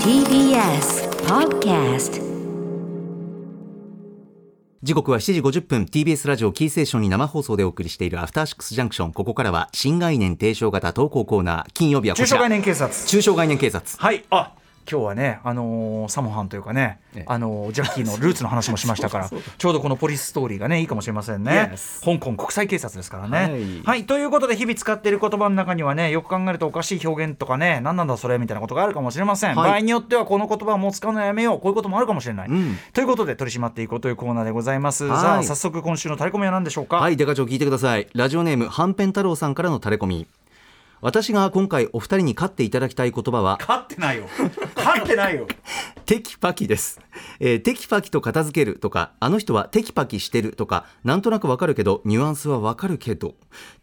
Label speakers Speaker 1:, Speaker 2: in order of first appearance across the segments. Speaker 1: TBS Podcast
Speaker 2: 時刻は7時50分 TBS ラジオキーステーションに生放送でお送りしているアフターシックスジャンクションここからは新概念提唱型投稿コーナー金曜日はこち
Speaker 3: 中
Speaker 2: ら
Speaker 3: 小概念警察
Speaker 2: 中小概念警察
Speaker 3: はいあ今日はね、あのーサモハンというかね、
Speaker 2: ええ
Speaker 3: あのージャッキーのルーツの話もしました からちょうどこのポリスストーリーがねいいかもしれませんね
Speaker 2: Yes
Speaker 3: 香港国際警察ですからね、
Speaker 2: はい
Speaker 3: ということで日々使っている言葉の中にはねよく考えるとおかしい表現とかね何なんだそれみたいなことがあるかもしれません、
Speaker 2: はい
Speaker 3: 場合によってはこの言葉をもう使うのやめようこういうこともあるかもしれない、
Speaker 2: うん
Speaker 3: ということで取り締まっていこうというコーナーでございます、
Speaker 2: はい
Speaker 3: さあ早速今週のタレコミは何でしょうか、
Speaker 2: はい、デカ長聞いてください。ラジオネーム、はんぺん太郎さんからのタレコミ。私が今回お二人に勝っていただきたい言葉は、
Speaker 3: 勝ってないよ 勝ってないよ
Speaker 2: テキパキです。えーテキパキと片付けるとか、あの人はテキパキしてるとか、なんとなくわかるけど、ニュアンスはわかるけど、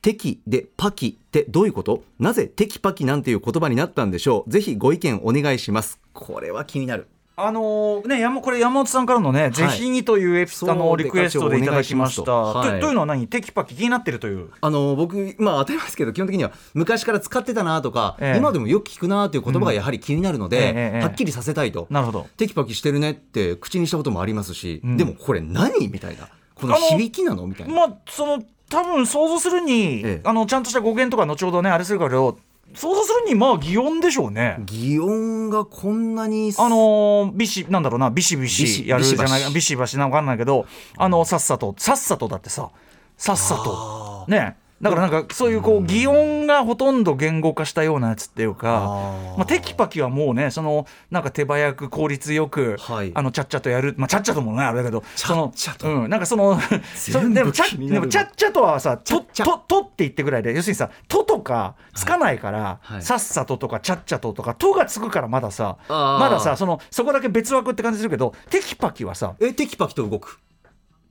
Speaker 2: テキでパキってどういうことなぜテキパキなんていう言葉になったんでしょうぜひご意見お願いします。これは気になる。
Speaker 3: あのーね、山これ山本さんからのね「ぜひに」というエピソードのリクエストでいただきまし
Speaker 2: そ
Speaker 3: た。
Speaker 2: うで課長お願いしますとはい
Speaker 3: とというのは何テキパキ気になってるという。
Speaker 2: あの僕、まあ、当たりますけど基本的には昔から使ってたなとか、
Speaker 3: ええ
Speaker 2: 今でもよく聞くなという言葉がやはり気になるので、
Speaker 3: うんええええ
Speaker 2: はっきりさせたいと、
Speaker 3: なるほど
Speaker 2: テキパキしてるねって口にしたこともありますし、
Speaker 3: ん
Speaker 2: でもこれ何みたいなこの
Speaker 3: あの
Speaker 2: 響きなのみたいな、
Speaker 3: まあその多分想像する
Speaker 2: え
Speaker 3: に、
Speaker 2: え
Speaker 3: あのちゃんとした語源とか後ほどねあれするからよ想像するにまあ擬音でしょうね。
Speaker 2: 擬音がこんなに
Speaker 3: あのービシなんだろうなビシビ
Speaker 2: ビシ
Speaker 3: シやるじゃな
Speaker 2: ビシバ
Speaker 3: い
Speaker 2: シ
Speaker 3: ビシバシなんかわかんないけどあのさっさとさっさとだってささっさとねだからなんかそういうこう擬音がほとんど言語化したようなやつっていうか
Speaker 2: あー
Speaker 3: まあ、テキパキはもうねそのなんか手早く効率よく、
Speaker 2: はい
Speaker 3: あのちゃっちゃとやるまあちゃっちゃともねあれだけど
Speaker 2: ちゃっちゃと
Speaker 3: そのうんなんかそのそれでもちゃ
Speaker 2: 全部気になる
Speaker 3: でもちゃっちゃとはさ「
Speaker 2: ちゃ
Speaker 3: と
Speaker 2: っちゃ
Speaker 3: と」とって言ってぐらいで要するにさ「と」とかつかないから、
Speaker 2: はい
Speaker 3: さっさととかちゃっちゃととか「と」がつくからまださ
Speaker 2: あー
Speaker 3: まださそのそこだけ別枠って感じするけどテキパキはさ
Speaker 2: えテキパキと動く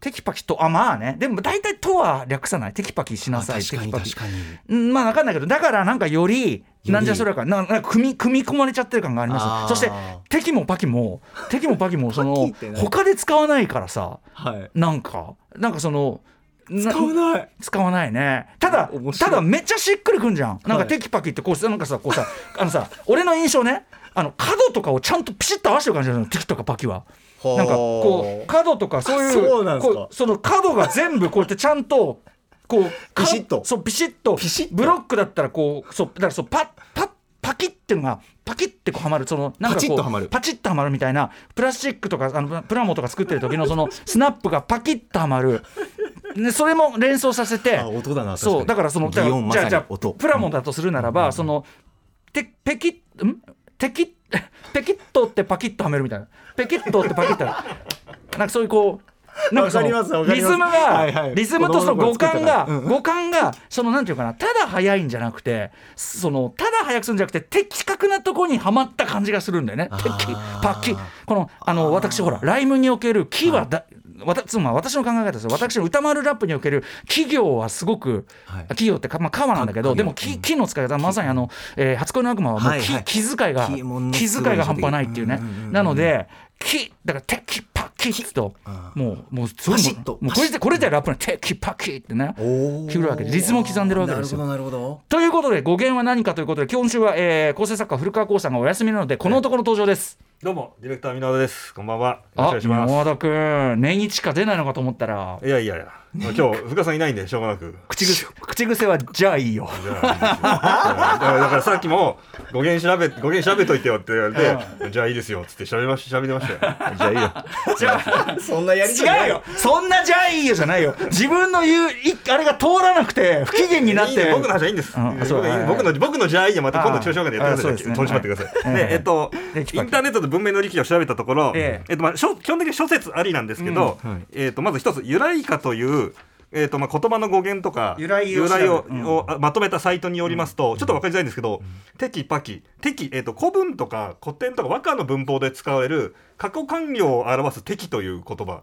Speaker 3: テキパキとあまあねでも大体「と」は略さないテキパキしなさ
Speaker 2: あ
Speaker 3: い
Speaker 2: 確かに
Speaker 3: テキパキ
Speaker 2: 確かに
Speaker 3: うんまあ分かんないけどだからなんかより
Speaker 2: り
Speaker 3: なんじゃそれやかななんか組み組み込まれちゃってる感があり
Speaker 2: あー
Speaker 3: ますそしてテキもパキもテキもパキもそ
Speaker 2: パ
Speaker 3: の
Speaker 2: キって何
Speaker 3: 他で使わないからさ
Speaker 2: はい
Speaker 3: なんかなんかそのな
Speaker 2: 使わない
Speaker 3: 使わないねただ
Speaker 2: 面白い
Speaker 3: ただめっちゃしっくりくんじゃんなん
Speaker 2: は
Speaker 3: か
Speaker 2: い
Speaker 3: テキパキってこうさなんかさこ うさあのさ俺の印象ねあの角とかをちゃんとピシッと合わせてる感じなのテキとかパキは。
Speaker 2: ほー
Speaker 3: なんかこう角とかそういう
Speaker 2: そうなんすか
Speaker 3: こうその角が全部こうやってちゃんとこうか
Speaker 2: ピシッと
Speaker 3: そうピシッと
Speaker 2: ピシッと
Speaker 3: ブロックだったらこうそうだからそうパッパッパキッってのがパキッてこうはまるそのなんかこ
Speaker 2: パチ
Speaker 3: う
Speaker 2: ッとはまる
Speaker 3: パチッとはまるみたいなプラスチックとかあのプラモとか作ってる時のそのスナップがパキッとはまる。ね、それも連想させて
Speaker 2: あ音だな確かに
Speaker 3: そうだからその
Speaker 2: 擬音ま
Speaker 3: じゃ
Speaker 2: さ
Speaker 3: あじ
Speaker 2: に
Speaker 3: ゃあ
Speaker 2: 音
Speaker 3: プラモだとするならば、そのてペキッんテキッ ペキッとってパキッとはめるみたいなペキッとってパキッとはめるなんかそういうこうなんかその
Speaker 2: わかりますわか
Speaker 3: リ
Speaker 2: りま
Speaker 3: ズ
Speaker 2: す
Speaker 3: ムが、
Speaker 2: はいはい
Speaker 3: リズムとその
Speaker 2: 子供の頃
Speaker 3: 五
Speaker 2: 作って
Speaker 3: 感
Speaker 2: たから
Speaker 3: が、五感がそのなんていうかなただ速いんじゃなくてそのただ速くするんじゃなくて的確なとこにはまった感じがするんだよねテキ
Speaker 2: あー
Speaker 3: パキこのあの私ほらライムにおける木はだ、わたつまり私の考え方ですよ私の歌丸ラップにおける企業はすごく、
Speaker 2: はい
Speaker 3: 企業ってか、まあ、川なんだけど
Speaker 2: か
Speaker 3: でも
Speaker 2: 企業
Speaker 3: 木木の使い方まさにあの、えー初恋の悪魔はもう
Speaker 2: はい
Speaker 3: 木,、
Speaker 2: はい
Speaker 3: 気遣いが
Speaker 2: 木もの
Speaker 3: 気
Speaker 2: すごい
Speaker 3: 遣いが半端ないっていうね、
Speaker 2: うんうんうんうん
Speaker 3: なので木だからテキパキッと
Speaker 2: あー
Speaker 3: もうもうすご
Speaker 2: パ
Speaker 3: い
Speaker 2: シッと
Speaker 3: もうこれでこれでラップのテキパキってね
Speaker 2: お
Speaker 3: 切るわけでリズムを刻んでるわけですよ
Speaker 2: なるほどなるほ
Speaker 3: ということで語源は何かということで今週は、えー構成作家古川光さんがお休みなのでこの男の登場です。
Speaker 4: どうも、ディレクター箕輪です。こんばんは。よろしくお
Speaker 3: あ
Speaker 4: 願いします。
Speaker 3: 山田君年一しか出ないのかと思ったら
Speaker 4: いやいやいや、まあ今日、深さんいないんで、しょうがなく。
Speaker 3: 口癖 口癖はじゃあい いよ。
Speaker 4: じゃあいいですよだからだからさっきも、語源調べ、語源調べといてよって言われて、じゃあいいですよ、つって調べまし、調べてましたよ。じゃあいいよ。
Speaker 3: じゃあ
Speaker 2: どそんなやりとりな
Speaker 3: 違
Speaker 2: いう
Speaker 3: よそんなじゃあいいよじゃ ないよ自分の言ういあれが通らなくて不機嫌になっ
Speaker 4: いいん
Speaker 3: て
Speaker 4: で僕の話はいいんです。
Speaker 3: うんあそうはいはい
Speaker 4: 僕の、僕のじゃあいいよ、また今度中小学でやってください。
Speaker 3: ああそうですね
Speaker 4: 取り締まってください。
Speaker 3: はい
Speaker 4: で、えっと、
Speaker 3: テキパ
Speaker 4: イ
Speaker 3: キ
Speaker 4: ンターネットで文明の力を調べたところ、
Speaker 3: え
Speaker 4: え
Speaker 3: え
Speaker 4: っと、まあ、しょ基本的に諸説ありなんですけど
Speaker 2: うんはい、
Speaker 4: えっと、まず一つ、由来かという。えっとまあ、言葉の語源とか
Speaker 3: 由来を調べる
Speaker 4: を
Speaker 3: うん
Speaker 4: をあまとめたサイトによりますと、ちょっと分かりづらいんですけど、テキパキテキ、えっと古文とか古典とか和歌の文法で使われる過去完了を表すテキという言葉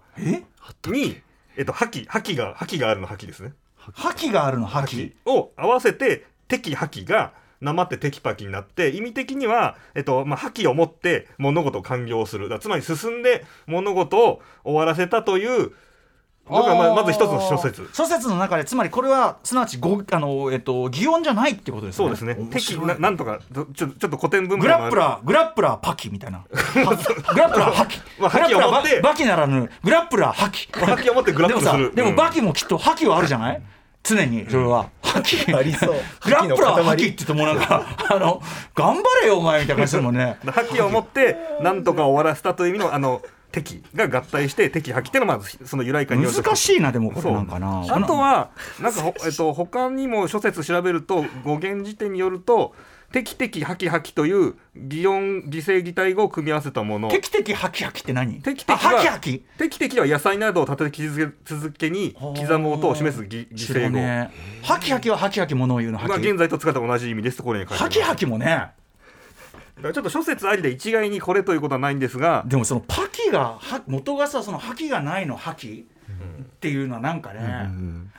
Speaker 4: にえっと覇気覇気が覇気があるの覇気ですね。
Speaker 3: 覇気があるの覇気
Speaker 4: を合わせてテキハキがなまってテキパキになって意味的には、えっとまあ、覇気を持って物事を完了するだつまり進んで物事を終わらせたというだからま
Speaker 3: あ
Speaker 4: あ
Speaker 3: ー
Speaker 4: まず一つの諸説
Speaker 3: 諸説の中でつまりこれはすなわちごあの、えっと、擬音じゃないってことですね
Speaker 4: そうですね
Speaker 2: 面白
Speaker 4: 敵
Speaker 2: い
Speaker 4: ななんとかちょちょっと古典 文
Speaker 3: グ
Speaker 4: 明
Speaker 3: ラップ
Speaker 4: ー
Speaker 3: ラーグラップラーパキみたいなグラップラーハキ
Speaker 4: まあ覇気を
Speaker 3: グラップラー
Speaker 4: 持って
Speaker 3: ババキならぬグラップラーハキ
Speaker 4: 覇気を持ってグラップルする
Speaker 3: でもさで
Speaker 4: うん
Speaker 3: もバキもきっとハキはあるじゃない常にそれはハキ
Speaker 2: ありそう
Speaker 3: グラップラーハ
Speaker 2: 覇
Speaker 3: キ
Speaker 2: 気
Speaker 3: って言ってもうなんかあの頑張れよお前みたいな感じするもんね
Speaker 4: 覇気を持ってなんとか終わらせたという意味のあの敵が合体して敵覇気っていうのはまずその由来かによ
Speaker 3: 難しいなでもこ
Speaker 4: そ
Speaker 3: れ
Speaker 4: う
Speaker 3: なんかな
Speaker 4: あとはな んかほ、えっと、他にも諸説調べると語源辞典によると「テキテキハキハキ」という擬音擬声擬態語を組み合わせたもの
Speaker 3: テキテキハキハキって何
Speaker 4: テキテキ
Speaker 3: あ
Speaker 4: は
Speaker 3: ハキハキ
Speaker 4: テキテキは野菜などを立て続け続けに刻む音を示す擬擬
Speaker 3: 知ら
Speaker 4: 声語、
Speaker 3: ねえハキハキはハキハキものを言うのハ
Speaker 4: まあ、
Speaker 3: キ
Speaker 4: 現在と使った同じ意味ですとこれに書いてあ
Speaker 3: ハ
Speaker 4: り
Speaker 3: キ
Speaker 4: ます
Speaker 3: ハキもね
Speaker 4: だからちょっと諸説ありで一概にこれということはないんですが
Speaker 3: でもそのパキがは元がさその覇気がないの覇気っていうのはなんかね、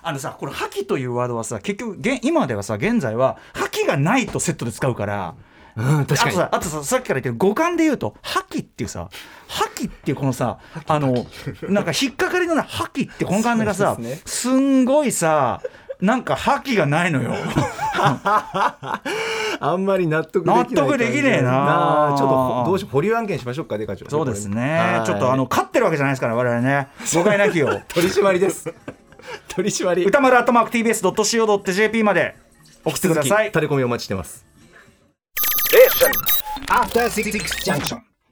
Speaker 3: あのさこれ覇気というワードはさ結局現今ではさ現在は覇気がないとセットで使うから。
Speaker 2: うん、
Speaker 3: あ
Speaker 2: 確か
Speaker 3: と
Speaker 2: に。
Speaker 3: さあとささっきから言ってる五感で言うと「覇気」っていうさ「覇気」っていうこのさあのなんか引っかかりのない「覇気」ってこの感じがさ
Speaker 2: そう
Speaker 3: す,、
Speaker 2: ですね
Speaker 3: んごいさなんか覇気がない のよ。
Speaker 2: あんまり納得できない感じ。
Speaker 3: 納得できねえな
Speaker 2: あちょっとほどうしよう保留案件しましょうかね課長。
Speaker 3: そうです
Speaker 2: これ
Speaker 3: ね
Speaker 2: はい
Speaker 3: ちょっとあの勝ってるわけじゃないですから我々ね誤解なきよう。
Speaker 2: 取り締まりです。取り締まり。
Speaker 3: 歌丸アットマーク TBS.CO.JP まで送ってくださ
Speaker 2: 引
Speaker 3: い
Speaker 2: き続き。タレコミお待ちしてます。
Speaker 5: After Six Junction.